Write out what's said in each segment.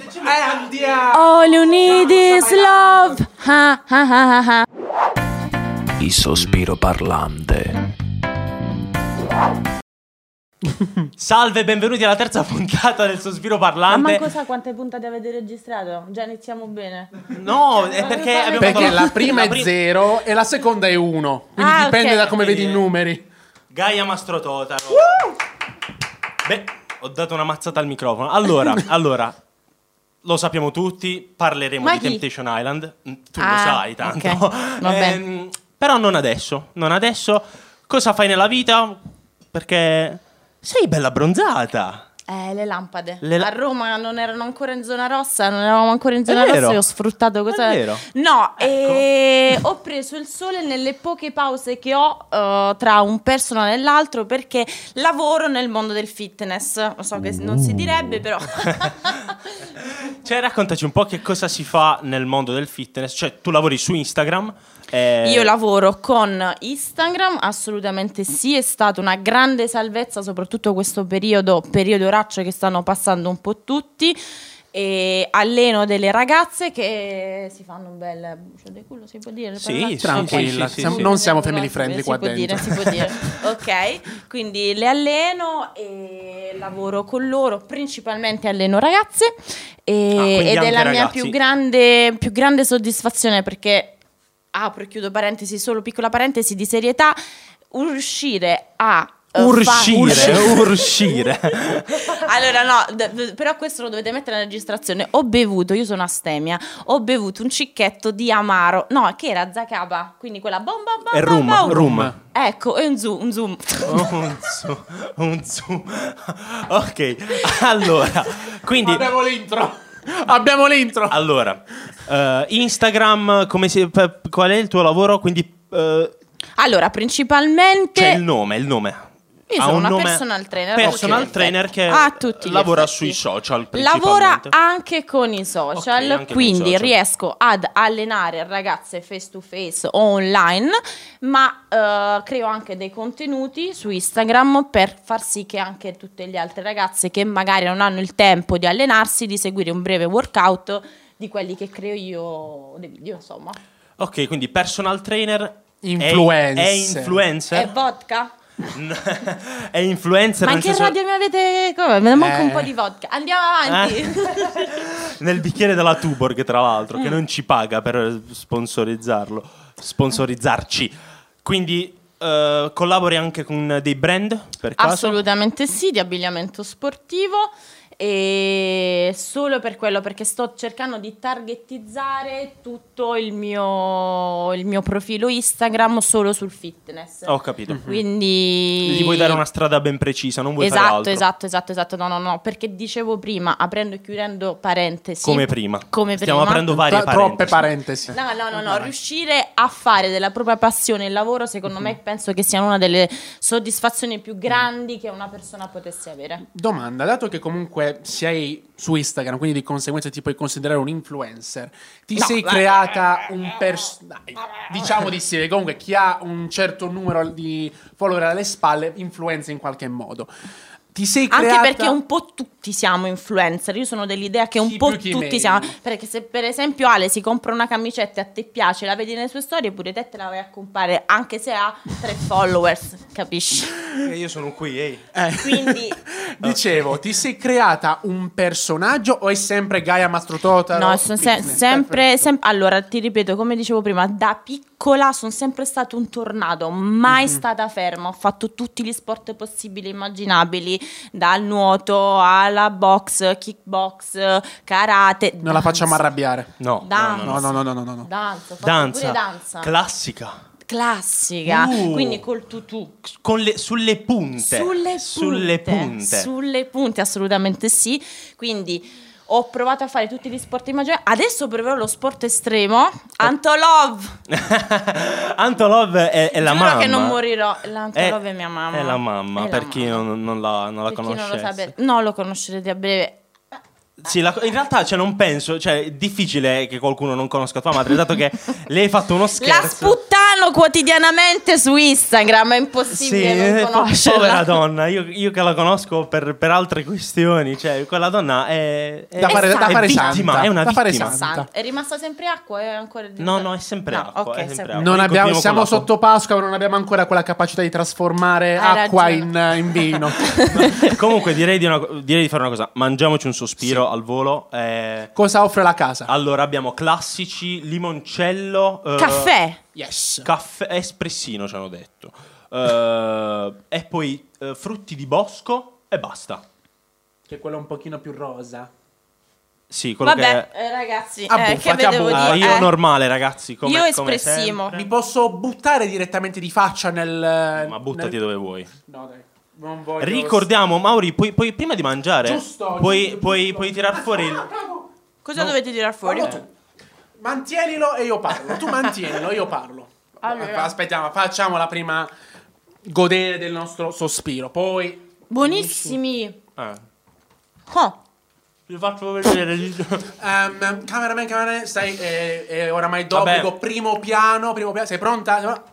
Eh, andiamo! All you need is love. Ah, Ha, ha, ha, ha, ha. Il sospiro parlante. Salve, benvenuti alla terza puntata del Sospiro Ma Parlante. manco sa quante puntate avete registrato? Già iniziamo bene. No, è perché abbiamo Perché fatto la prima è 0 e la seconda è 1. Quindi Ah, dipende ok. da come vedi i numeri. Gaia Mastrototaro. Beh, ho dato una mazzata al microfono. Allora, allora, lo sappiamo tutti, parleremo Ma di chi? Temptation Island. Mm, Tu lo Ah, sai tanto. ok, va bene. Ehm, però non adesso, non adesso. Cosa fai nella vita? Perché sei bella abbronzata. Eh, le lampade. Le la- A Roma non erano ancora in zona rossa, non eravamo ancora in zona vero. rossa e ho sfruttato cosa... È vero. Ecco. No, e ho preso il sole nelle poche pause che ho eh, tra un personal e l'altro perché lavoro nel mondo del fitness. Lo so che non Uh. si direbbe, però... Cioè, raccontaci un po' che cosa si fa nel mondo del fitness. Cioè, tu lavori su Instagram. eh, Io lavoro con Instagram, assolutamente sì, è stata una grande salvezza, soprattutto questo periodo, periodo raccio che stanno passando un po' tutti. E alleno delle ragazze che si fanno un bel bucio di culo, si può dire? Sì, Parolacce? sì, Tranquilla, sì, sì, siamo- sì. non siamo family friendly si qua può Dire, dentro. si può dire. Ok, quindi le alleno e lavoro con loro, principalmente alleno ragazze e- Ah, quindi ed è anche la mia ragazzi. più grande, più grande soddisfazione perché apro e chiudo parentesi, solo piccola parentesi di serietà, riuscire a eh, Urscire, fa- urscire. allora no, d- d- però questo lo dovete mettere nella registrazione. Ho bevuto, io sono astemia, ho bevuto un cicchetto di amaro, no, che era Zacaba, quindi quella bomba bomba E rum, rum. Ecco, e un zoom, un zoom. un zoom, un zoom. Ok, allora, quindi, Abbiamo l'intro. Abbiamo l'intro. allora, eh, Instagram, come si- pe- qual è il tuo lavoro? Quindi, eh, Allora, principalmente c'è il nome, il nome. Io Ha sono un una nome- personal trainer, Personal ok. trainer che A tutti gli lavora effetti. sui social lavora principalmente. anche con i social, Ok, anche con i quindi social. riesco ad allenare ragazze face to face o online, ma eh, creo anche dei contenuti su Instagram per far sì che anche tutte le altre ragazze che magari non hanno il tempo di allenarsi, di seguire un breve workout di quelli che creo io dei video, insomma. Ok, quindi personal trainer è- Influencer. È È influencer? vodka? È influencer Eh, Ma in nel che senso- radio mi avete... Come? Me ne manca un Eh. po' di vodka. Andiamo avanti. Eh. Nel bicchiere della Tuborg, tra l'altro, Eh. che non ci paga per sponsorizzarlo, sponsorizzarci. Quindi eh, collabori anche con dei brand per caso? Assolutamente sì, di abbigliamento sportivo. E solo per quello, perché sto cercando di targetizzare tutto il mio, il mio profilo Instagram solo sul fitness. Ho Mm. capito. Quindi Gli vuoi dare una strada ben precisa, non vuoi fare Esatto, altro. esatto, esatto, esatto. No, no, no, perché dicevo prima, aprendo e chiudendo parentesi. Come prima. Come Stiamo prima. aprendo varie Tra- Troppe parentesi. No, no, no, no, riuscire a fare della propria passione il lavoro, Mhm. secondo me, penso che sia una delle soddisfazioni più grandi che una persona potesse avere. Domanda, dato che comunque sei su Instagram, quindi di conseguenza ti puoi considerare un influencer, ti No, sei va- creata un personaggio? Diciamo di sì, perché comunque chi ha un certo numero di follower alle spalle influenza in qualche modo. Ti sei creata... Anche perché un po' tutti siamo influencer. Io sono dell'idea che un Chi po' più, chi tutti meno. siamo. Perché se per esempio Ale si compra una camicetta e a te piace, la vedi nelle sue storie, pure te te la vai a comprare, anche se ha tre followers, capisci? Io sono qui, ehi. Eh. Quindi- Dicevo, ti sei creata un personaggio o è sempre Gaia Mastrototaro? No, sono se- Fitness? sempre, Perfetto. sem- Allora, ti ripeto, come dicevo prima, da piccola sono sempre stata un tornado, mai Mhm. stata ferma. Ho fatto tutti gli sport possibili e immaginabili, dal nuoto alla box, kickbox, karate. Non la facciamo danza. arrabbiare. No, Danza. no, no, No, no, no, no, no, no. no. Danza, ho fatto Danza, pure danza. classica. classica, Uh. quindi col tutù. Con le- sulle punte. Sulle punte, Sulle punte. Sulle punte, assolutamente sì. Quindi ho provato a fare tutti gli sport immaginari. Adesso proverò lo sport Oh. estremo. Antolov. Antolov è, è la Giuro mamma. che non morirò. L'Antolov è, mia mamma. È la mamma, È la per chi mamma. non, non la, non la Per chi non lo conoscesse. sapesse. No, lo conoscerete a breve. Sì, la- in realtà cioè, non penso, cioè, è difficile che qualcuno non conosca tua madre, dato che lei hai fatto uno La scherzo. sputtana fanno quotidianamente su Instagram, è impossibile eh, non po- povera conoscerla. donna, io, io che la conosco per, per altre questioni, cioè quella donna è, è- Da fare- è da fare vittima, santa, è una da fare vittima. santa. San- È rimasta sempre acqua? È ancora di- No, no, è sempre acqua, ok, è sempre acqua. Non Quindi abbiamo- continuo siamo con la- sotto Pasqua, ma non abbiamo ancora quella capacità di trasformare Hai acqua in, eh, ragione. in vino. Comunque direi di, una co- direi di fare una cosa, mangiamoci un sospiro al volo. eh. Cosa offre la casa? allora abbiamo classici, limoncello, eh, Caffè. Yes. caffè espressino ci hanno detto. Eh, e poi eh, frutti di bosco e basta. Che è quello un pochino più rosa. Sì, quello Vabbè, che eh, ragazzi, Ah, eh, boh, che fate a vedevo boh. Ah, di... io eh. normale, ragazzi, come Io come espressivo. sempre. Mi posso buttare direttamente di faccia nel... Ma buttati nel- dove vuoi. No, dai. Non voglio... Ricordiamo, Mauri, puoi, puoi- prima di mangiare, Giusto, puoi, giusto, puoi- giusto. Ah, puoi tirar fuori il. Bravo. Cosa dovete tirar fuori? Parlo tu. Mantienilo e io parlo. Tu mantienilo e io parlo. Allora. Aspettiamo, facciamo la prima godere del nostro sospiro. Poi Buonissimi. Ah, Oh. vi faccio vedere. Ehm, cameraman, cameraman, stai eh, eh, oramai Vabbè. d'obbligo, primo piano, primo piano. Sei pronta? Sei pronta?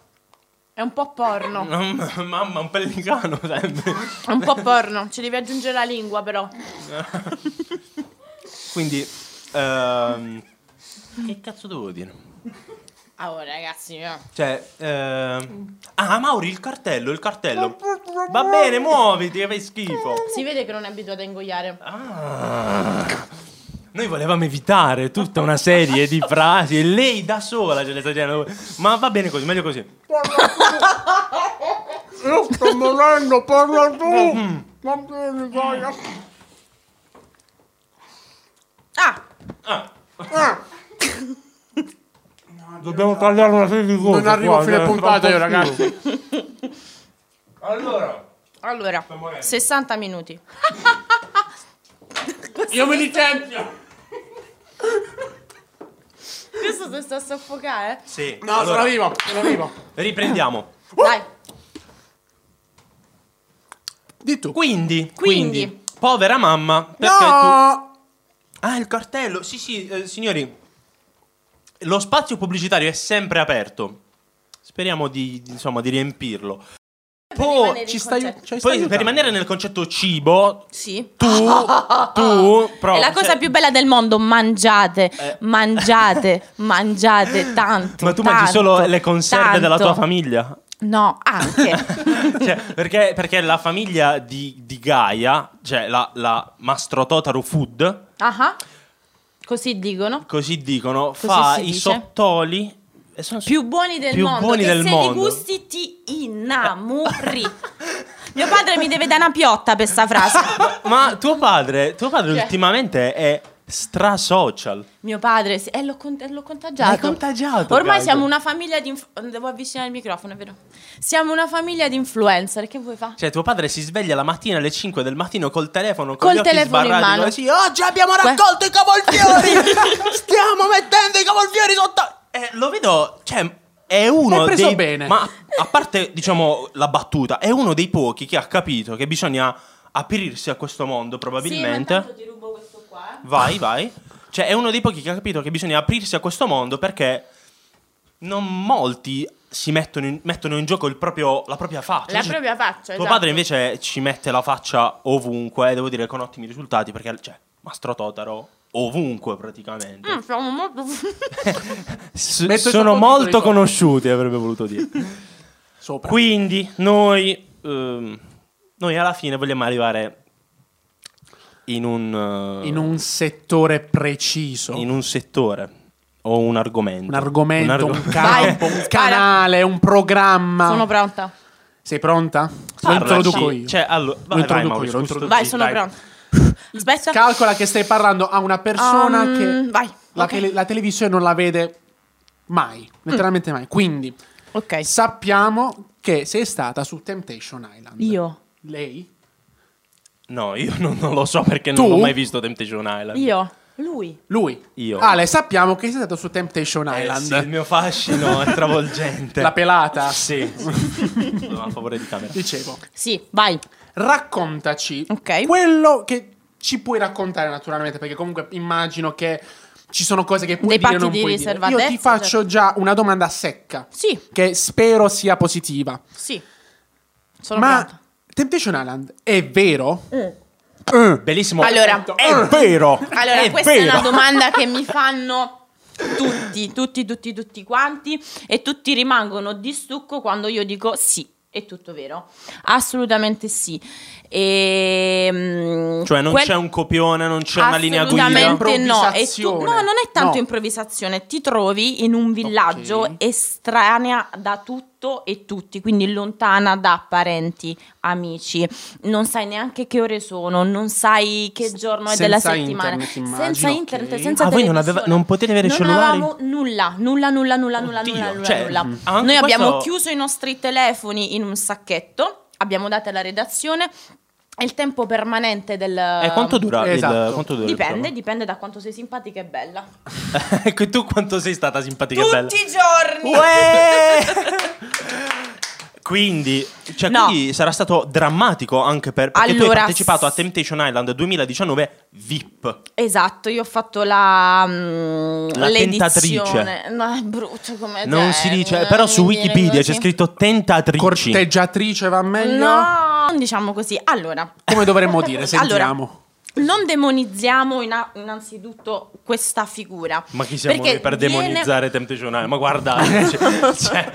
È un po' porno. Mamma, un pellicano. sempre. È un po' porno. Ci devi aggiungere la lingua, però. Quindi, ehm, che cazzo devo dire? Ah, Oh, ragazzi. eh. Cioè, ehm, ah, Mauri, il cartello, il cartello. Va bene, muoviti, che fai schifo. Si vede che non è abituato a ingoiare. Ah. Noi volevamo evitare tutta una serie di frasi e lei da sola ce le sta dicendo. Ma va bene così, meglio così. Io sto morendo, parla tu! Ma che miseria. Ah, Ah, Dobbiamo tagliare una serie di cose. Non arrivo a qua, fine eh, puntata io, fa un po' ragazzi. allora. allora. 60 minuti. Io mi licenzio! Questo ti sta a soffocare? eh. Sì. No, allora, sono vivo, sono vivo. Riprendiamo. Dai. Di tu. Quindi, Quindi. quindi, povera mamma, perché tu No! Ah, il cartello. Sì, sì, eh, signori. Lo spazio pubblicitario è sempre aperto. Speriamo di, di- insomma, di riempirlo. rimanere Poi, Ci stai, ci Cioè, poi stai per aiutando? rimanere nel concetto cibo, Sì. tu, tu, Ah. È provi- la cosa cioè- più bella del mondo, mangiate, Eh. mangiate, mangiate tanto. Ma tu mangi tanto, solo le conserve tanto. della tua famiglia? No, anche. Cioè, perché, perché la famiglia di, di Gaia, cioè la, la Mastrototaro Food, Ah, Così dicono. così dicono, Così fa si i dice. sottoli e sono- Più buoni del Più mondo. buoni che del se mondo. li gusti ti innamori. Mio padre mi deve dare una piotta per sta frase. Ma tuo padre, tuo padre Chi è? ultimamente è stra social. Mio padre, sì, eh, l'ho, con- eh, l'ho contagiato. L'hai contagiato, Ormai Gaia. siamo una famiglia di. inf- Devo avvicinare il microfono, è vero? Siamo una famiglia di influencer. Che vuoi fare? Cioè, tuo padre si sveglia la mattina alle 5 del mattino col telefono con Col gli occhi telefono in sbarrati, mano. come, Sì, oggi abbiamo Que- raccolto i cavolfiori. Stiamo mettendo i cavolfiori sotto. Eh, lo vedo, cioè è uno È preso dei bene. ma a parte, diciamo, la battuta, è uno dei pochi che ha capito che bisogna aprirsi a questo mondo probabilmente. ti rubo questo qua. eh. Vai, vai. Cioè, è uno dei pochi che ha capito che bisogna aprirsi a questo mondo perché non molti si mettono in, mettono in gioco il proprio- la propria faccia. La Cioè, propria faccia. Tuo esatto. padre invece ci mette la faccia ovunque, e devo dire con ottimi risultati perché, cioè, Mastro Totaro ovunque praticamente. Mm, siamo molto. S- Metto sono i sottotitoli molto sopra. conosciuti, avrebbe voluto dire. Sopra. Quindi noi, ehm, noi alla fine vogliamo arrivare in un... eh, In un settore preciso. in un settore o un argomento. un argomento, un, argo- campo, Vai, un spara. canale, un programma. Sono Certo. pronta. Sei pronta? Lo Parlaci. introduco io. Cioè, allo- vai, vai, introduco Maurizio, scusa, io, lo introduco Vai, Sì, sono dai. pronta. Aspetta. Calcola che stai parlando a una persona Um, che vai, La, ok. Mm. tele- la televisione non la vede mai, letteralmente mai. Quindi ok. sappiamo che sei stata su Temptation Island. Io. Lei? No, io non, non lo so perché Tu? non ho mai visto Temptation Island. Io. Lui. Lui? Io. Ale, sappiamo che sei stata su Temptation Eh, Island. sì, il mio fascino è travolgente. La pelata. Sì. Sono a favore di camera. Dicevo, Sì, vai. raccontaci Ok. quello che ci puoi raccontare naturalmente, perché comunque immagino che Ci sono cose che puoi Dei dire e patti non di puoi dire. Io riservatezza, ti faccio già una domanda secca. Sì, Che spero sia positiva. sì. Sono Ma pronta. Temptation Island è vero? Eh. Bellissimo. Allora, È vero! Allora, È questa è vero. una domanda che mi fanno tutti, tutti, tutti, tutti quanti e tutti rimangono di stucco quando io dico sì, è tutto vero. Assolutamente sì. Ehm, E, Cioè, non c'è un copione, non c'è una linea guida. Assolutamente no. E tu- Improvvisazione. no, non è tanto No. improvvisazione. Ti trovi in un villaggio Ok. estranea da tutto e tutti, quindi lontana da parenti, amici. Non sai neanche che ore sono, non sai che giorno è senza della settimana. internet, immagino, senza ok. internet, senza Ah, voi non televisione. aveva- non potete avere Non cellulari? avevamo nulla, nulla, nulla, nulla, nulla, Oddio, nulla, nulla, cioè, nulla. mm. anche Noi abbiamo questo- chiuso i nostri telefoni in un sacchetto, abbiamo dato alla redazione. e Il tempo permanente del... E Eh, quanto dura? Esatto. Il, quanto dura il Dipende, dipende da quanto sei simpatica e bella. programma? Ecco, e tu quanto sei stata simpatica e bella. Tutti i giorni! Quindi, cioè, No. quindi sarà stato drammatico anche per perché tu hai Allora, partecipato a s- Temptation Island 2019 VIP. Esatto, io ho fatto la... mm, La l'edizione. tentatrice. No, è brutto come Non termine, si dice, Eh, cioè, non però su mi viene Wikipedia così. c'è scritto tentatrici. Corteggiatrice va meglio? No, non diciamo così. Allora, Come dovremmo dire? Allora, Sentiamo. non demonizziamo ina- innanzitutto questa figura. Ma chi siamo Perché noi per viene- demonizzare Temptation Island? Ma guardate, cioè, cioè,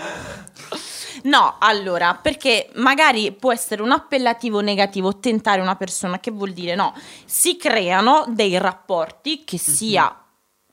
No, allora, perché magari può essere un appellativo negativo tentare una persona, che vuol dire no, si creano dei rapporti che Mhm. sia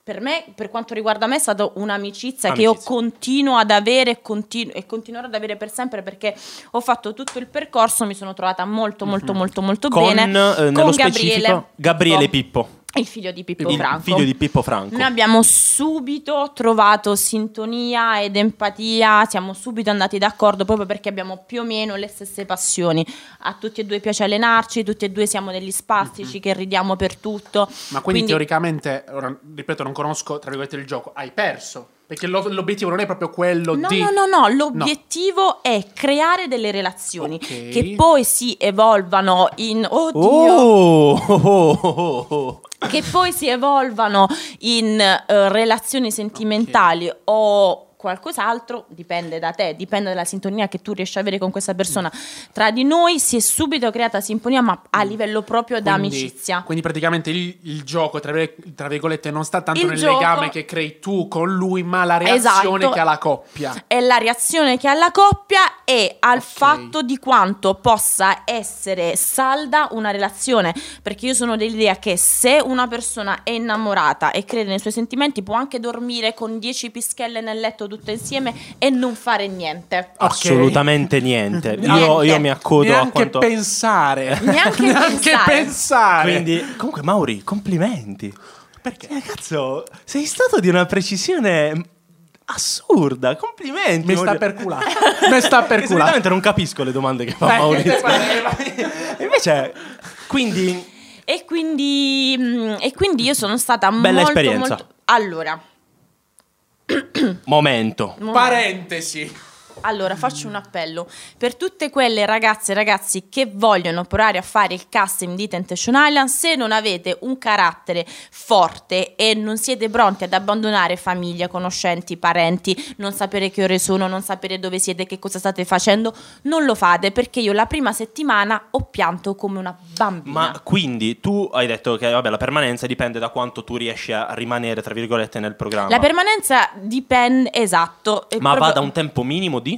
per me, per quanto riguarda me, è stata un'amicizia che io Amicizia. continuo ad avere e continu- e continuerò ad avere per sempre perché ho fatto tutto il percorso, mi sono trovata molto, molto, molto, molto con, eh, bene nello con specifico, Gabriele Pippo, il figlio di Pippo il Franco. figlio di Pippo Franco. Noi abbiamo subito trovato sintonia ed empatia, siamo subito andati d'accordo proprio perché abbiamo più o meno le stesse passioni. A tutti e due piace allenarci, tutti e due siamo degli spastici che ridiamo per tutto. Ma quindi, teoricamente, ora, ripeto, non conosco tra virgolette il gioco. Hai perso. Perché lo- l'obiettivo non è proprio quello No, di. no, no, no, l'obiettivo è creare delle relazioni Ok. che poi si evolvano in... Oddio! Oh, oh, oh, oh, oh. che poi si evolvano in eh, relazioni sentimentali o qualcos'altro, dipende da te, dipende dalla sintonia che tu riesci a avere con questa persona. Tra di noi si è subito creata sintonia, ma a livello proprio da Quindi- amicizia. Quindi praticamente il, il gioco, tra, vir- tra virgolette, non sta tanto Il nel gioco- legame che crei tu con lui, ma la reazione Esatto. che ha la coppia. è la reazione che ha la coppia e al Ok. fatto di quanto possa essere salda una relazione. Perché io sono dell'idea che se una persona è innamorata e crede nei suoi sentimenti, può anche dormire con 10 pischelle nel letto tutte insieme e non fare niente. Ok. Assolutamente niente. Io, Niente. io mi accodo a Neanche quanto. pensare. Neanche pensare. pensare. Quindi, comunque, Mauri, complimenti. Perché, cazzo, sei stato di una precisione assurda. Complimenti. Mi sta Mauri. per culare. Mi sta Perché per culare. solitamente non capisco le domande che fa Eh, Maurizio. guarda. Invece, quindi, E quindi, mm, e quindi io sono stata Bella molto, esperienza. molto. Allora, momento. Parentesi. Allora, faccio un appello per tutte quelle ragazze e ragazzi che vogliono provare a fare il casting di Temptation Island. Se non avete un carattere forte e non siete pronti ad abbandonare famiglia, conoscenti, parenti, non sapere che ore sono, non sapere dove siete, che cosa state facendo, non lo fate perché io la prima settimana ho pianto come una bambina. Ma quindi tu hai detto che vabbè, la permanenza dipende da quanto tu riesci a rimanere, tra virgolette, nel programma. La permanenza dipende, esatto. è Ma proprio- va da un tempo minimo di?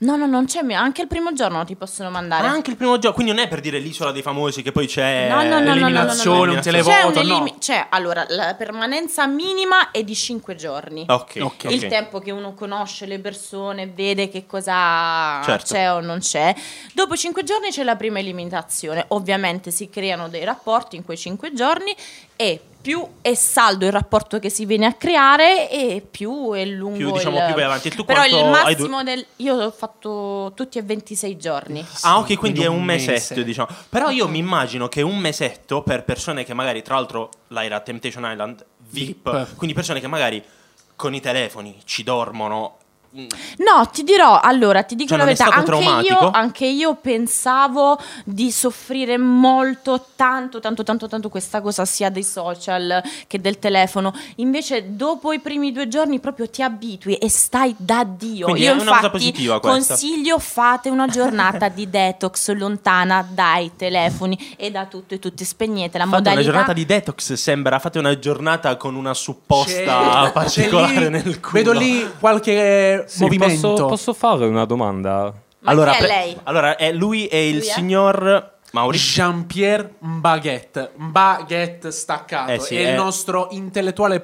No, no, non c'è, anche il primo giorno ti possono mandare. Ah, anche il primo gioco, quindi non è per dire l'isola dei famosi che poi c'è No, no, no, no, no, no, no, no. Eliminazione, un televoto. C'è, un no? elimi- c'è, allora la permanenza minima è di 5 giorni. Ok, ok. Ok. Il tempo che uno conosce le persone, vede che cosa Certo. c'è o non c'è. Dopo 5 giorni c'è la prima eliminazione. Ovviamente si creano dei rapporti in quei 5 giorni e più è saldo il rapporto che si viene a creare e più è lungo Più, diciamo, il... più vai avanti. E tu Però il quanto hai du- massimo del io ho fatto tutti e 26 giorni. Ah, ok, quindi in è un un mesetto, mese. diciamo. Però io mi immagino che un mesetto per persone che magari, tra l'altro, là era Temptation Island VIP, VIP. quindi persone che magari con i telefoni ci dormono No, ti dirò, allora, ti dico Cioè, la non è verità, stato anche io, traumatico? anche io pensavo di soffrire molto, tanto, tanto, tanto, tanto questa cosa sia dei social che del telefono. Invece dopo i primi due giorni proprio ti abitui e stai da Dio. Quindi io è una cosa infatti positiva questa. consiglio fate una giornata di detox lontana dai telefoni e da tutto e tutti, spegnete la Fate una modalità giornata di detox sembra, fate una giornata con una supposta C'è- c'è particolare Cioè, lì- nel culo. Vedo lì qualche Sì, movimento. posso, posso fare una domanda? Ma allora, chi è pre- lei? allora, è lui e il Lui è? signor Maurizio. Jean-Pierre Mbaguette, Mbaguette staccato, Eh sì, è eh. il nostro intellettuale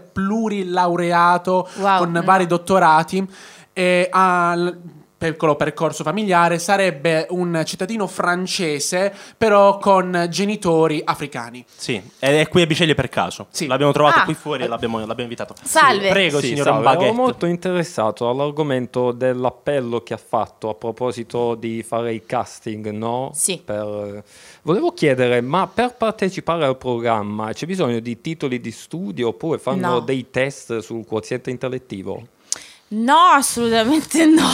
plurilaureato Wow. con vari dottorati e ha l- piccolo percorso familiare, sarebbe un cittadino francese però con genitori africani. Sì, è è qui a Biceglie per caso. Sì. L'abbiamo trovato Ah. qui fuori e l'abbiamo, l'abbiamo invitato. Salve. Prego, Sì, signor salve, ero Mbaguette. molto interessato all'argomento dell'appello che ha fatto a proposito di fare i casting, no? Sì. Per- Volevo chiedere, ma per partecipare al programma c'è bisogno di titoli di studio oppure fanno No. dei test sul quoziente intellettivo? No, assolutamente no.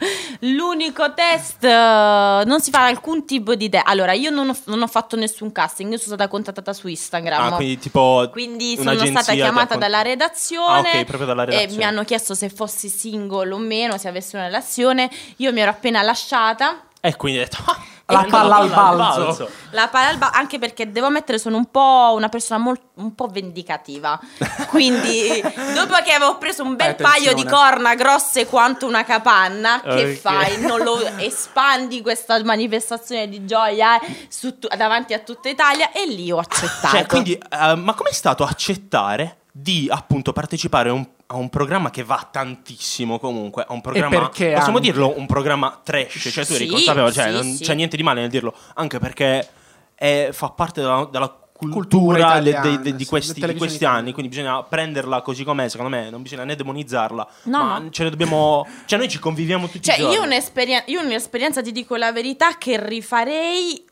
L'unico test, eh, non si fa alcun tipo di test. Allora, io non ho, non ho fatto nessun casting, io sono stata contattata su Instagram. Ah, quindi tipo Quindi sono un'agenzia stata che chiamata accon- dalla redazione, Ah, ok, proprio dalla e redazione. mi hanno chiesto se fossi single o meno, se avessi una relazione. Io mi ero appena lasciata. E quindi ho detto... La "Ah, palla al balzo." La Palalba, anche perché devo ammettere, sono un po' una persona mol- un po' vendicativa. Quindi, dopo che avevo preso un bel Fai attenzione. paio di corna grosse quanto una capanna, Ok. che fai? Non lo espandi questa manifestazione di gioia su tu- davanti a tutta Italia? E lì ho accettato. Cioè, quindi, eh, ma com'è stato accettare di appunto partecipare a un, a un programma che va tantissimo comunque? A un programma. perché possiamo anche? dirlo un programma trash? Cioè, tu eri Sì, consapevole, cioè, sì, non sì. c'è niente di male nel dirlo, anche perché è- fa parte della, della Cultura cultura le- italiana, de- de- di sì, questi, la di questi televisione anni, quindi bisogna prenderla così com'è, secondo me, non bisogna né demonizzarla, No, ma no. ce ne dobbiamo. Cioè, noi ci conviviamo tutti Cioè, i giorni. io, un'esperien- io un'esperienza, ti dico la verità, che rifarei,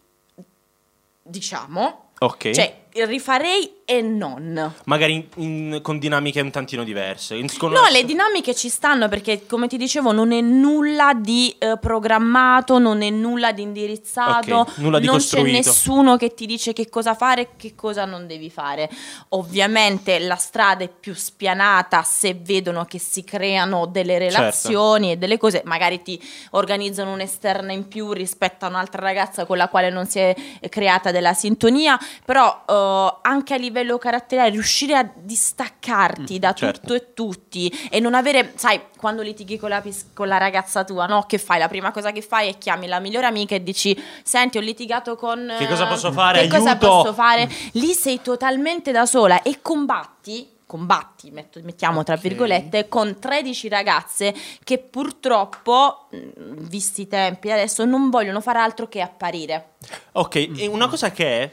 diciamo, Ok. cioè, rifarei e non. Magari in- in- con dinamiche un tantino diverse. in- con- No, le dinamiche ci stanno perché, come ti dicevo, non è nulla di eh, programmato, non è nulla di indirizzato, Ok, nulla di non costruito. c'è nessuno che ti dice che cosa fare e che cosa non devi fare. Ovviamente la strada è più spianata se vedono che si creano delle Certo. relazioni e delle cose, magari ti organizzano un'esterna in più rispetto a un'altra ragazza con la quale non si è creata della sintonia, però eh, anche a livello caratteriale riuscire a distaccarti da certo. tutto e tutti e non avere, sai, quando litighi con la, pis- con la ragazza tua, no? Che fai? La prima cosa che fai è chiami la migliore amica e dici "Senti, ho litigato con Che cosa posso eh, fare? Che cosa Aiuto!" posso fare? Lì sei totalmente da sola e combatti Combatti, metto- mettiamo tra Ok. virgolette, con 13 ragazze che purtroppo, mh, visti i tempi adesso, non vogliono fare altro che apparire. Ok, e una cosa che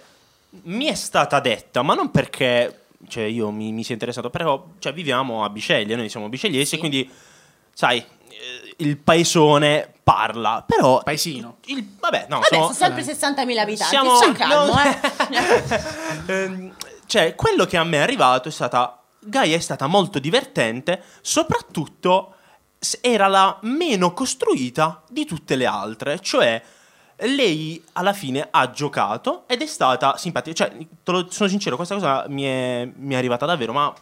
mi è stata detta, ma non perché cioè, io mi, mi sia interessato, però cioè, viviamo a Biceglie, noi siamo bicegliesi, Sì. quindi sai, eh, il paesone parla, però... Paesino. il- vabbè, no, Vabbè, sono- sono sempre 60.000 abitanti, siamo- sta calmo, no. eh. Ehm, cioè, quello che a me è arrivato è stata... Gaia è stata molto divertente, soprattutto s- era la meno costruita di tutte le altre, cioè lei alla fine ha giocato ed è stata simpatica, cioè te lo- sono sincero, questa cosa mi è, mi è arrivata davvero, ma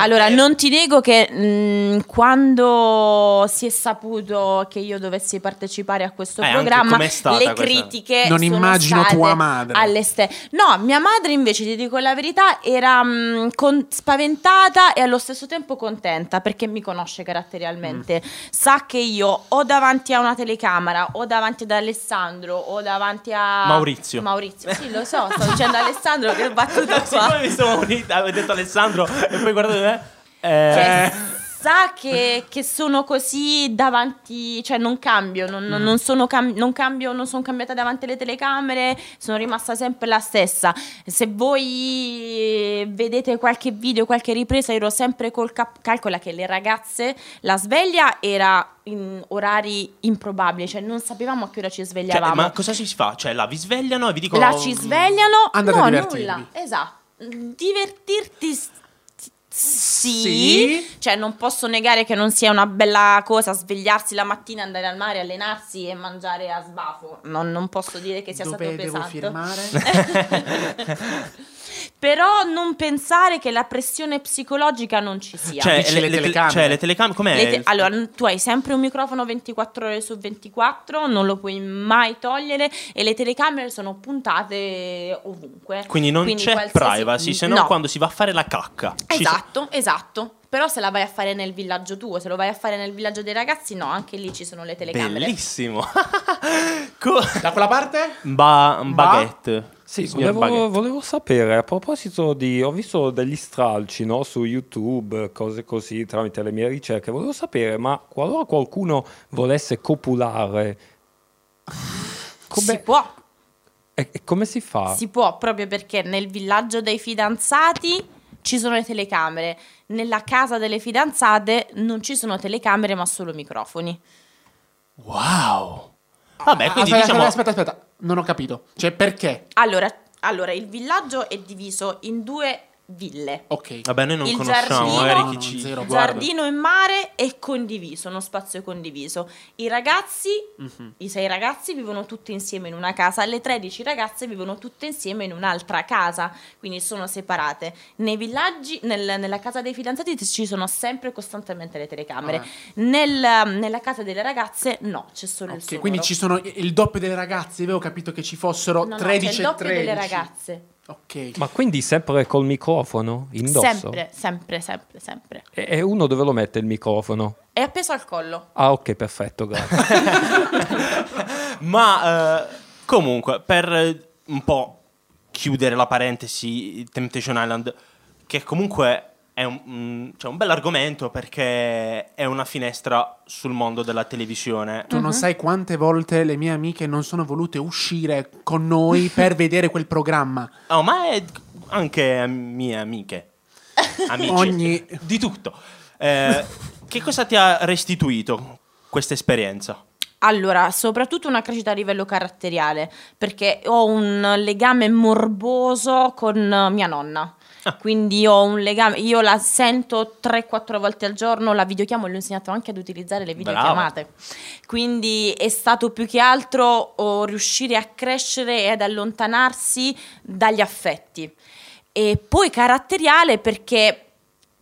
Allora, non ti nego che mh, quando si è saputo che io dovessi partecipare a questo Eh, anche programma, com'è stata le questa? critiche Non sono immagino state tua madre. all'ester- No, mia madre invece, ti dico la verità, era mh, con- spaventata e allo stesso tempo contenta perché mi conosce caratterialmente. Mm. Sa che io o davanti a una telecamera, o davanti ad Alessandro, o davanti a Maurizio. Maurizio, sì, lo so, sto dicendo Alessandro che battuta qua. siccome mi sono unita, avevo detto Alessandro e poi guardate me, eh, Cioè, sa che, che sono così davanti, cioè non cambio, non, Mm. non- non sono cam- non cambio, non sono cambiata davanti alle telecamere, sono rimasta sempre la stessa. Se voi vedete qualche video, qualche ripresa, ero sempre col cap- calcola che le ragazze, la sveglia era in orari improbabili, cioè non sapevamo a che ora ci cioè, svegliavamo. ma cosa si fa? Cioè la vi svegliano e vi dicono... La ci svegliano. Andate no, a divertirvi. nulla. Esatto. Divertirti s- sì, Sì. Cioè, non posso negare che non sia una bella cosa svegliarsi la mattina, andare al mare, allenarsi e mangiare a sbafo. Non, non posso dire che sia Dove stato devo pesante. firmare? Però non pensare che la pressione psicologica non ci sia. Cioè, Dici le, le le- telecamere. cioè, le telecamere, com'è? Le te- il- allora, n- tu hai sempre un microfono 24 ore su 24, non lo puoi mai togliere e le telecamere sono puntate ovunque. quindi non c'è qualsiasi- privacy, se no, quando si va a fare la cacca. Ci- Esatto, esatto. Però se la vai a fare nel villaggio tuo, se lo vai a fare nel villaggio dei ragazzi, no, anche lì ci sono le telecamere. Bellissimo. Co- da quella parte? Ba- baguette. Sì, Signor volevo, Baguette. volevo sapere a proposito di. Ho visto degli stralci no, su YouTube, cose così tramite le mie ricerche. Volevo sapere, ma qualora qualcuno volesse copulare, Si come, può, e- e come si Ah. fa? si può proprio perché nel villaggio dei fidanzati ci sono le telecamere, nella casa delle fidanzate non ci sono telecamere ma solo microfoni. Wow. Vabbè, quindi aspetta, diciamo... aspetta, aspetta, aspetta. non ho capito. Cioè, perché? Allora, allora, il villaggio è diviso in due ville. Ok. Vabbè, noi non Il conosciamo giardino- magari No, chi ci... zero. Lo guardo. Giardino e mare è condiviso, uno spazio condiviso. I ragazzi, Mhm. i sei ragazzi vivono tutti insieme in una casa, le 13 ragazze vivono tutte insieme in un'altra casa, quindi sono separate. Nei villaggi, nel- nella casa dei fidanzati ci sono sempre e costantemente le telecamere. Ah. Nel- nella casa delle ragazze no, c'è solo il Ok, sonoro. quindi ci sono il doppio delle ragazze. Avevo capito che ci fossero No, no, 13 c'è il doppio 13. delle ragazze. Ok. Ma quindi sempre col microfono indosso? Sempre, sempre, sempre, sempre. E, e uno dove lo mette il microfono? È appeso al collo. Ah, ok, perfetto, grazie. Ma eh, comunque, per eh, un po' chiudere la parentesi Temptation Island, che comunque è un, mm, cioè un bel argomento perché è una finestra sul mondo della televisione. Tu non sai quante volte le mie amiche non sono volute uscire con noi per vedere quel programma. Oh, ma è anche mie amiche. Amici. Ogni- Di tutto. Eh, che cosa ti ha restituito questa esperienza? Allora, soprattutto una crescita a livello caratteriale, perché ho un legame morboso con eh, mia nonna. Quindi ho un legame, io la sento 3-4 volte al giorno, la videochiamo e le ho insegnato anche ad utilizzare le Brava. videochiamate. Quindi è stato più che altro oh, riuscire a crescere e ad allontanarsi dagli affetti. E poi caratteriale perché,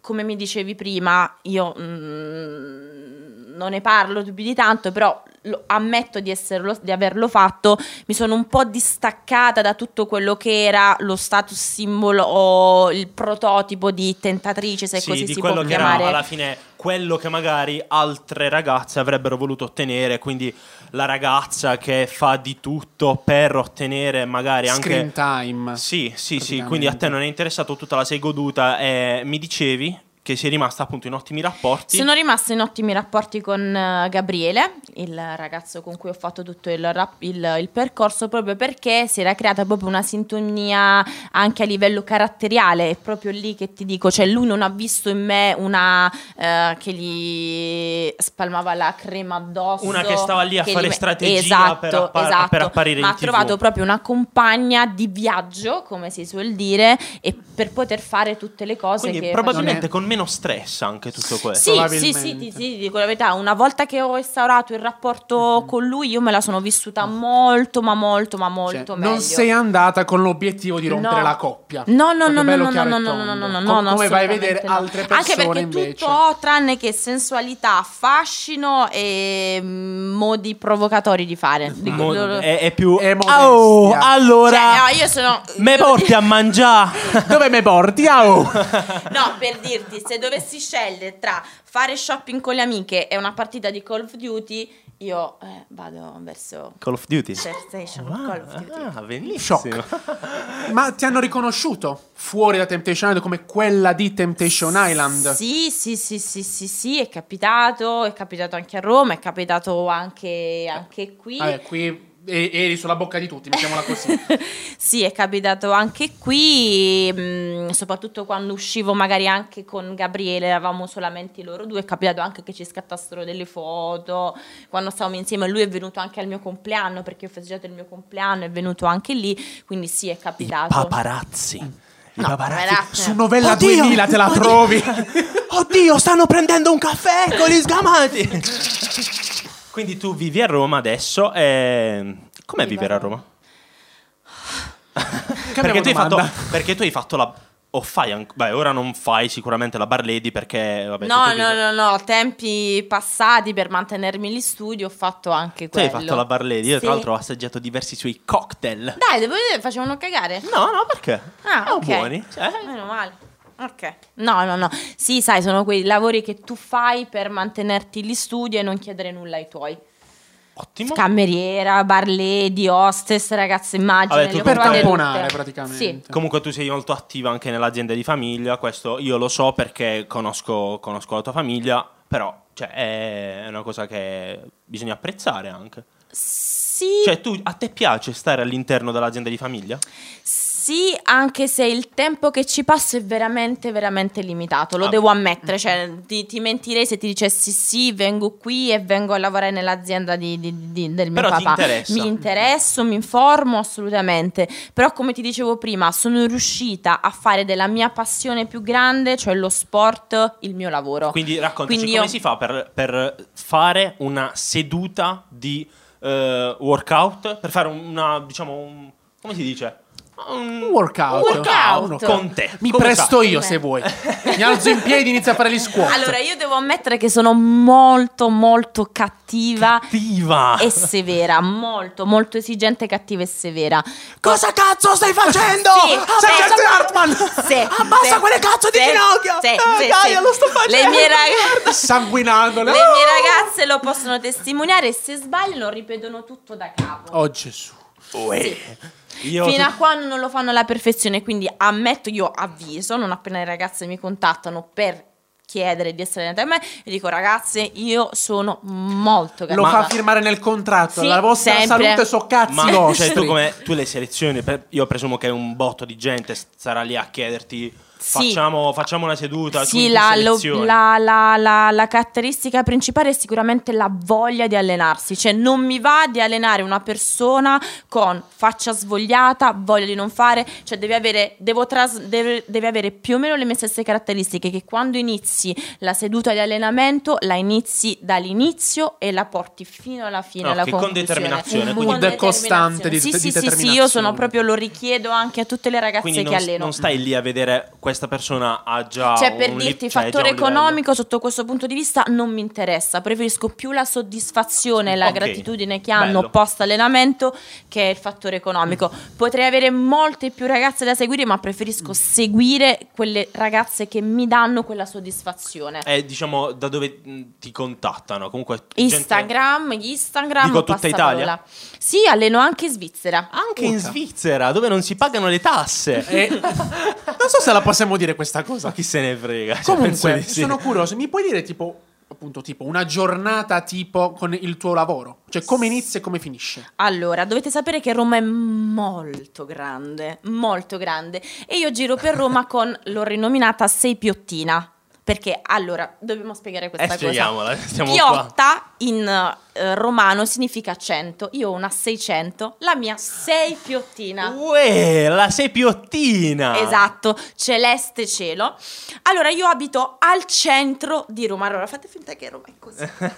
come mi dicevi prima, io mm, non ne parlo più di tanto, però lo- ammetto di, esserlo- di averlo fatto, mi sono un po' distaccata da tutto quello che era lo status symbol o il prototipo di tentatrice, se sì, così di si quello può che era chiamare. alla fine quello che magari altre ragazze avrebbero voluto ottenere, quindi la ragazza che fa di tutto per ottenere magari anche Screen time. Sì, sì, sì, Praticamente. quindi a te non è interessato tutta la sei goduta e mi dicevi che sei rimasta appunto in ottimi rapporti. Sono rimasta in ottimi rapporti con eh, Gabriele, il ragazzo con cui ho fatto tutto il, rap- il- il percorso, proprio perché si era creata proprio una sintonia anche a livello caratteriale. È proprio lì che ti dico, cioè lui non ha visto in me una eh, che gli spalmava la crema addosso. Una che stava lì a fare gli me- strategia esatto, per appar- esatto. per apparire in Ma ha TV. trovato proprio una compagna di viaggio, come si suol dire, e per poter fare tutte le cose Quindi che probabilmente non è- con meno stress anche tutto sì, questo. sì, probabilmente. sì, ti, sì, ti dico la verità. Una volta che ho instaurato il rapporto con lui, io me la sono vissuta molto, ma molto, ma Mm-hmm. Mm. Cioè, molto meglio. non sei andata con l'obiettivo di rompere No. la coppia. No, no, no, Proprio no, bello no, no, chiaro no, e no, tondo. no, no, no, Com- no, Come vai a vedere assolutamente no. altre persone Anche perché invece. tutto ho tranne che sensualità, fascino e mm, modi provocatori di fare. Di- Mo- lo- è, Eh, è più È modestia. Oh, allora Cioè, no, io sono me porti a mangiare. Dove mi porti? Au! No, per dirti, se dovessi scegliere tra fare shopping con le amiche e una partita di Call of Duty, io eh, vado verso Call of Duty. PlayStation Ah, Call of Duty. ah, benissimo. Shock. Ma ti hanno riconosciuto fuori da Temptation Island come quella di Temptation Island? Sì, sì, sì, sì, sì, sì, è capitato, è capitato anche a Roma, è capitato anche, anche qui. Vabbè, qui e- eri sulla bocca di tutti, mettiamola così. sì, è capitato anche qui, mm, soprattutto quando uscivo magari anche con Gabriele, eravamo solamente loro due, è capitato anche che ci scattassero delle foto, quando stavamo insieme lui è venuto anche al mio compleanno, perché ho festeggiato il mio compleanno, è venuto anche lì, quindi sì, è I capitato. paparazzi. No, ragazzi. Su novella 2000 te la trovi. Oddio, stanno prendendo un caffè con gli sgamati. Quindi tu vivi a Roma adesso. E... Com'è Vivo vivere a a Roma? Cambiamo Perché tu, hai fatto, domanda. perché tu hai fatto la. O fai. an- Beh, ora non fai sicuramente la bar lady perché. Vabbè, No, tu vivi- no, no, no, tempi passati per mantenermi gli studi ho fatto anche Tu quello. hai fatto la bar lady. Io, Sì. tra l'altro, ho assaggiato diversi suoi cocktail. Dai, devo vedere, facevano cagare. No, no, perché? Ah, Erano ok. buoni. Cioè, Meno male. Ok. No, no, no. Sì, sai, sono quei lavori che tu fai per mantenerti gli studi e non chiedere nulla ai tuoi. ottimo. Cameriera, bar lady, hostess, ragazze, immagini. Vabbè, tu le ho per provate tamponare, tutte. praticamente. Sì. Comunque tu sei molto attiva anche nell'azienda di famiglia, questo io lo so perché conosco, conosco la tua famiglia, però cioè, è una cosa che bisogna apprezzare anche. Sì, Cioè tu, a te piace stare all'interno dell'azienda di famiglia? sì, anche se il tempo che ci passo è veramente, veramente limitato, lo Ah. devo ammettere, cioè ti, ti mentirei se ti dicessi sì, vengo qui e vengo a lavorare nell'azienda di- di- di- del mio Però ti papà. interessa. Mi interesso, mi informo assolutamente, però come ti dicevo prima, sono riuscita a fare della mia passione più grande, cioè lo sport, il mio lavoro. Quindi raccontaci Quindi come io- si fa per, per fare una seduta di eh, workout, per fare una, diciamo, un, come si dice? Un Un workout. Ah, Workout. Uno- con te. Mi Come presto fa? io se vuoi. Mi alzo in piedi e inizio a fare gli squat. Allora, io devo ammettere che sono molto, molto cattiva. Attiva. e severa, molto, molto esigente, cattiva e severa. Cosa cazzo stai facendo? Sì, Sei sì. Jeffrey Hartman! Se- Abbassa se- Ah, quelle cazzo di se- ginocchia! se- Ah, Eh, se- Gaia, se- lo sto facendo! Le mie, raga- Sanguinando. le mie ragazze lo possono testimoniare e se sbagliano ripetono tutto da capo. Oh Gesù. Io Fino a quando non lo fanno alla perfezione, quindi ammetto, io avviso, non appena le ragazze mi contattano per chiedere di essere andate a me, e dico ragazze, io sono molto Lo cattiva. fa firmare nel contratto. Sì, la vostra sempre. salute so cazzi ma vostri. cioè, tu, come, tu le selezioni, per- io presumo che un botto di gente s- sarà lì a chiederti Sì. facciamo, facciamo una seduta, Sì, tu la, ti lo- selezioni. la- la- la- la caratteristica principale è sicuramente la voglia di allenarsi, cioè non mi va di allenare una persona con faccia svogliata, voglia di non fare, cioè devi avere, devo tras- deve, devi avere più o meno le mie stesse caratteristiche che quando inizi la seduta di allenamento la inizi dall'inizio e la porti fino alla fine. Ah, alla ok, con conclusione. determinazione, Un quindi- mood Con costante di- determinazione. sì, di sì, sì, sì, io determinazione. sono proprio, lo richiedo anche a tutte le ragazze Quindi che non, alleno. non stai lì a vedere questa persona ha già Cioè, per un li- dirti, cioè, già fattore un livello. economico sotto questo punto di vista non mi interessa. Preferisco più la soddisfazione e la Ok, gratitudine che hanno bello. post allenamento che il fattore economico. Potrei avere molte più ragazze da seguire, ma preferisco seguire quelle ragazze che mi danno quella soddisfazione. È, diciamo, da dove mh, ti contattano, comunque... gente- Instagram, Instagram, Dico tutta passaparola. Italia? Sì, alleno anche in Svizzera. Anche in Svizzera, dove non si pagano le tasse. E- non so se la possiamo dire questa cosa. Ma chi se ne frega? cioè, penso Comunque, di sì. sono curioso, mi puoi dire tipo appunto tipo una giornata tipo con il tuo lavoro? Cioè come inizia e come finisce? Allora, dovete sapere che Roma è molto grande, molto grande. E io giro per Roma con l'ho rinominata Sei Piottina. Perché allora dobbiamo spiegare Eh, questa cosa. spieghiamola, stiamo qua. Piotta in eh, romano significa 100. Io ho una 600, la mia Sei Piottina. Uè, la sei piottina! Esatto, celeste cielo. Allora io abito al centro di Roma. Allora fate finta che Roma è così. Eh,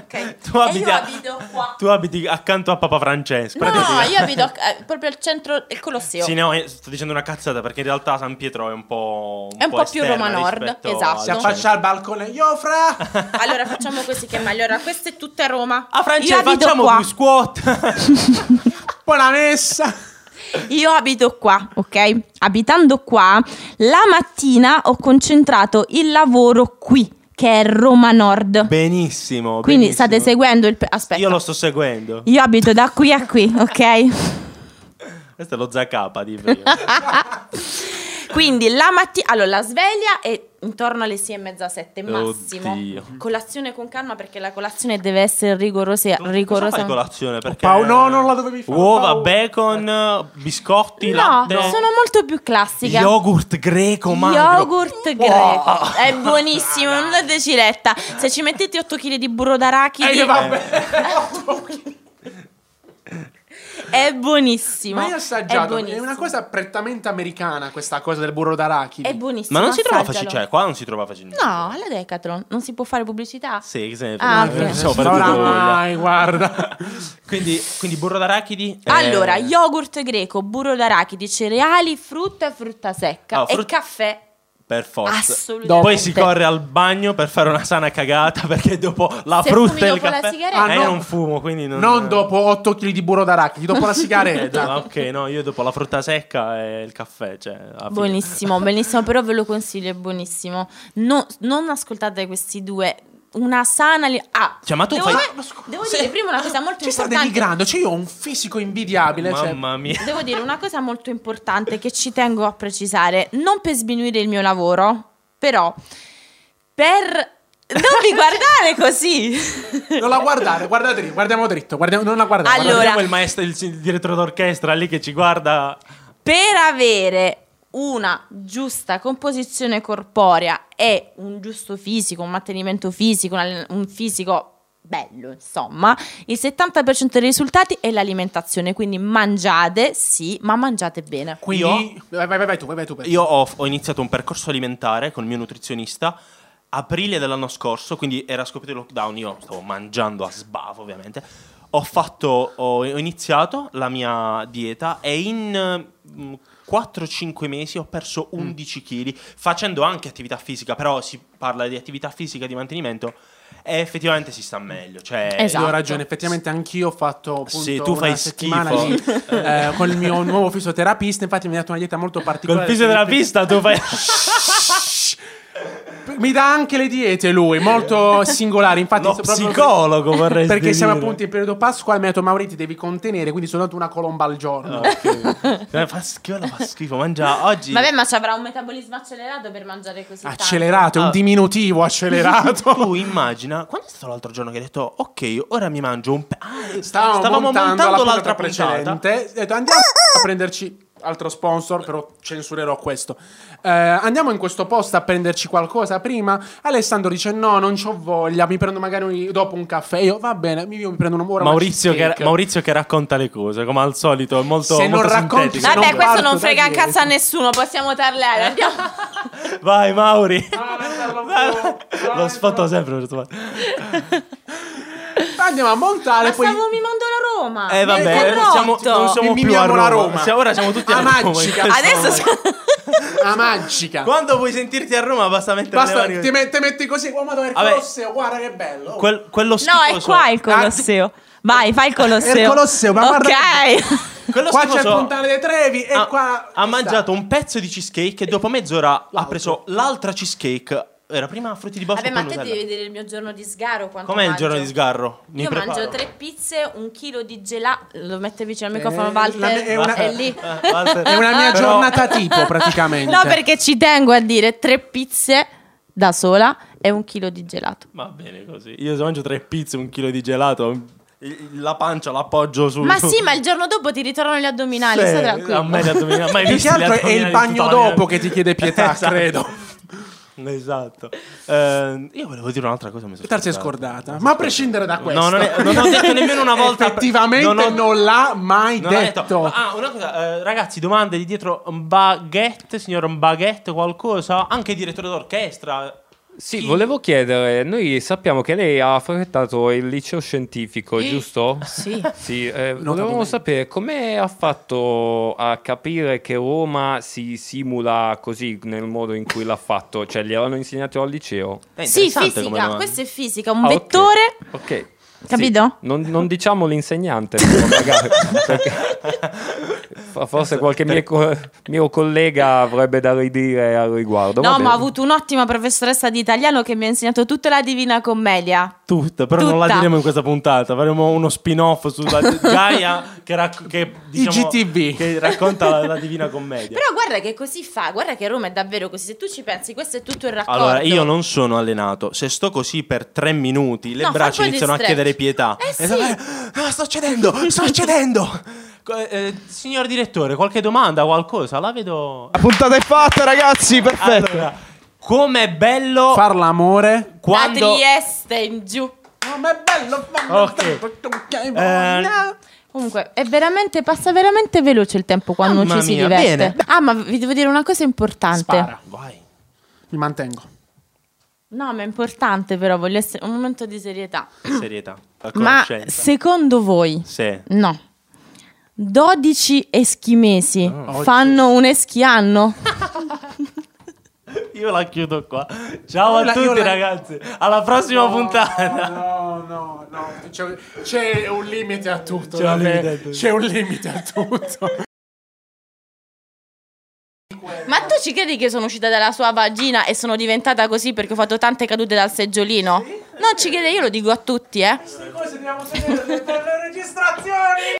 Ok. Tu abiti, e io a- abito qua. tu abiti accanto a Papa Francesco. No, praticamente. io abito eh, proprio al centro del Colosseo. Sì, no, eh, sto dicendo una cazzata perché in realtà San Pietro è un po'. È un po' più esterna Roma Nord, rispetto esatto. al Si No. affaccia al balcone, io fra! Allora facciamo così che è meglio. Allora, questa è tutta Roma. A io Francesco abito facciamo qua. più squat. Buona messa! Io abito qua, ok? Abitando qua, la mattina ho concentrato il lavoro qui, che è Roma Nord. benissimo. Quindi benissimo. state seguendo il pe- aspetta. Io lo sto seguendo. Io abito da qui a qui, ok? Questo è lo Zacapa di prima. Quindi la mattina allora la sveglia è intorno alle 6 e mezza 7 massimo. Oddio. Colazione con calma perché la colazione deve essere rigorosa, Cosa rigorosa. fai colazione? Perché... eh, Pau- no, non la dovevi fare. Eh, Uova, Pau- bacon, biscotti, No, latte. sono molto più classica. Yogurt greco, magro. Yogurt greco è buonissimo, non dateci retta. Se ci mettete Eh, 8 kg di burro d'arachidi E io vabbè. È buonissimo. Mai È, assaggiato. È, buonissimo. una cosa prettamente americana questa cosa del burro d'arachidi. È buonissimo. Ma non si trova assaggialo. facilmente, cioè qua non si trova facilmente. No, alla Decathlon non si può fare pubblicità. Sì, esempio. Ah, ok. Siamo partiti Ora con voglia. mai, guarda. Quindi, quindi burro d'arachidi. eh, Allora, yogurt greco, burro d'arachidi, cereali, frutta e frutta secca Ah, frut- e caffè. Per forza. Assolutamente. Poi si corre al bagno per fare una sana cagata perché dopo la Se frutta fumi e il dopo la caffè. sigaretta. Ah, Eh, io no. non fumo, quindi non. Non dopo 8 kg di burro d'arachidi, dopo la Eh, do- sigaretta. ok, no, io dopo la frutta secca e il caffè. Cioè, alla fine. Buonissimo, benissimo, però ve lo consiglio, è buonissimo. No- non ascoltate questi due. Una sana li- Ah, Cioè, ma tu devo, fai- Eh, ma- scu- devo se- dire prima una cosa molto Ci sta importante. denigrando, cioè io ho un fisico invidiabile. cioè- Mamma mia. Devo dire una cosa molto importante che ci tengo a precisare, non per sminuire il mio lavoro, però per non mi guardare così. Non la guardare, guardate lì, guardiamo dritto, guardiamo, non la guardate. Allora- Guardiamo il maestro, il, il direttore d'orchestra lì che ci guarda. per avere una giusta composizione corporea e un giusto fisico, un mantenimento fisico, un allen- un fisico bello, insomma, il 70% dei risultati è l'alimentazione, quindi mangiate, sì, ma mangiate bene. Quindi, vai, vai, vai tu, vai, vai tu. vai. Io ho, ho iniziato un percorso alimentare con il mio nutrizionista aprile dell'anno scorso, quindi era scoppiato il lockdown, io stavo mangiando a sbavo ovviamente. Ho fatto, ho, ho iniziato la mia dieta e in mm, 4-5 mesi ho perso 11 kg facendo anche attività fisica, però si parla di attività fisica di mantenimento e effettivamente si sta meglio. Cioè, Esatto. Io ho ragione, effettivamente anch'io ho fatto appunto Sì, tu una fai settimana schifo. lì, eh, con il mio nuovo fisioterapista, infatti mi ha dato una dieta molto Col particolare. fisioterapista tu fai... Mi dà anche le diete lui, molto singolare, infatti Lo so proprio- psicologo vorrei Perché siamo dire. appunto in periodo pasquale, mi ha detto Mauri ti devi contenere, quindi sono andato una colomba al giorno. Eh, fa schifo, no, fa schifo. Mangia oggi. Vabbè, ma ci avrà un metabolismo accelerato per mangiare così tanto. Accelerato, è un Ah. diminutivo accelerato. Tu immagina, quando è stato l'altro giorno che hai detto, ok, ora mi mangio un pe- Ah, Stavamo, montando, la l'altra l'altra puntata. precedente. Ho detto, andiamo a prenderci altro sponsor, però censurerò questo. Eh, andiamo in questo posto a prenderci qualcosa prima. Alessandro dice: No, non c'ho voglia. Mi prendo magari un- dopo un caffè. Io va bene, mi, io mi prendo un'ora. Maurizio che, Maurizio che racconta le cose, come al solito, è molto, Se non molto sintetico. racconti- se Vabbè, non questo parto non da frega un dietro. cazzo a nessuno, possiamo tarlare, andiamo. Vai, Mauri. Ah, più. Lo sfotto sempre per sbaglio. Andiamo a montare. Ma poi stavo mimando la Roma. Eh, Mi vabbè, avete siamo, rotto. non siamo Mi più a mimiamo la Roma. Roma. Siamo- ora siamo tutti a, A Roma. in Magica. questo Adesso momento. a magica. Quando vuoi sentirti a Roma, basta mettere Basta, le mani. ti, met- ti metti così. Uomo dove è il Vabbè. Colosseo, guarda che bello. oh. Quel- quello No, è schifoso- Ah, qua il Colosseo. Vai, fai il Colosseo. È il Colosseo, ma Ok. guarda- Quello Qua c'è il schifoso- Fontana dei Trevi e ha, qua ha mangiato un pezzo di cheesecake e dopo mezz'ora ha preso l'altra cheesecake. Era prima frutti di bosco Vabbè, e ma poi te Nutella. devi vedere il mio giorno di sgaro. Quanto Com'è il mangio. giorno di sgarro? Ne Io preparo. mangio tre pizze, un chilo di gelato. Lo mette vicino al microfono, Eh, la Walter. me- è una- È lì. Eh, Walter. È una mia Però- giornata tipo, praticamente. No, perché ci tengo a dire tre pizze da sola e un chilo di gelato. Va bene così. Io se mangio tre pizze, un chilo di gelato, il- la pancia l'appoggio su. Ma sì, ma il giorno dopo ti ritornano gli addominali. Sì, stai a me gli tranquillo. addominali- mai Più visti che gli altro è addominali il di bagno tutta la mia- dopo che ti chiede pietà, Esatto. credo. Esatto. Eh, io volevo dire un'altra cosa. Mi sono Tarsi è scordato. scordata. Ma a prescindere da questo. No, non, è- non ho detto nemmeno una volta. Effettivamente non, l'ha mai Non ho detto. detto. Ah, una cosa, eh, ragazzi, domande di dietro un baguette, signor un baguette, qualcosa, anche il direttore d'orchestra. Sì, Chi- volevo chiedere, noi sappiamo che lei ha frequentato il liceo Oh, scientifico, giusto? Sì. Sì, eh, Notabilmente. volevamo sapere come ha fatto a capire che Roma si simula così nel modo in cui l'ha fatto, cioè gli erano insegnato al liceo. È Sì, interessante come fisica. domanda. Questa è fisica. Un Ah, ok. vettore. Ok. sì. Capito? Non, non diciamo l'insegnante, però magari, perché fa- forse qualche mio, co- mio collega avrebbe da ridire al riguardo. No, vabbè. ma ho avuto un'ottima professoressa di italiano che mi ha insegnato tutta la Divina Commedia. Tutta, però non la Tutta. diremo in questa puntata. Faremo uno spin-off su Gaia che, rac- che, diciamo, IGTV. che racconta la, la Divina Commedia. Però guarda che così fa, guarda che Roma è davvero così. Se tu ci pensi, questo è tutto il racconto. Allora, io non sono allenato. Se sto così per tre minuti, le No, fai braccia un po' di iniziano a stretch. chiedere pietà. Eh, sì. E so- "Ah, sto cedendo, sto cedendo. Co- eh, signor direttore, qualche domanda, qualcosa? La vedo. La puntata è fatta, ragazzi, perfetto. Allora, com'è bello Far l'amore. Da quando. Trieste in giù. ma è bello. Ok. Eh, Comunque, è veramente, passa veramente veloce il tempo quando Mamma ci si mia, diverte. bene. Ah, ma vi devo dire una cosa importante. Spara. Vai. Mi mantengo. No, ma è importante però, voglio essere un momento di serietà. Serietà. La Ma conoscenza. secondo voi, Sì. no, 12 eschimesi fanno un eschianno? Io la chiudo qua. Ciao a Io la- io tutti, la- ragazzi. Alla prossima puntata. No, no, no. C'è, c'è un limite a tutto. C'è un vabbè. limite a tutto. C'è un limite a tutto. Ma tu ci credi che sono uscita dalla sua vagina e sono diventata così perché ho fatto tante cadute dal seggiolino? Non ci crede, io lo dico a tutti, eh. Queste cose dobbiamo tenere per le registrazioni.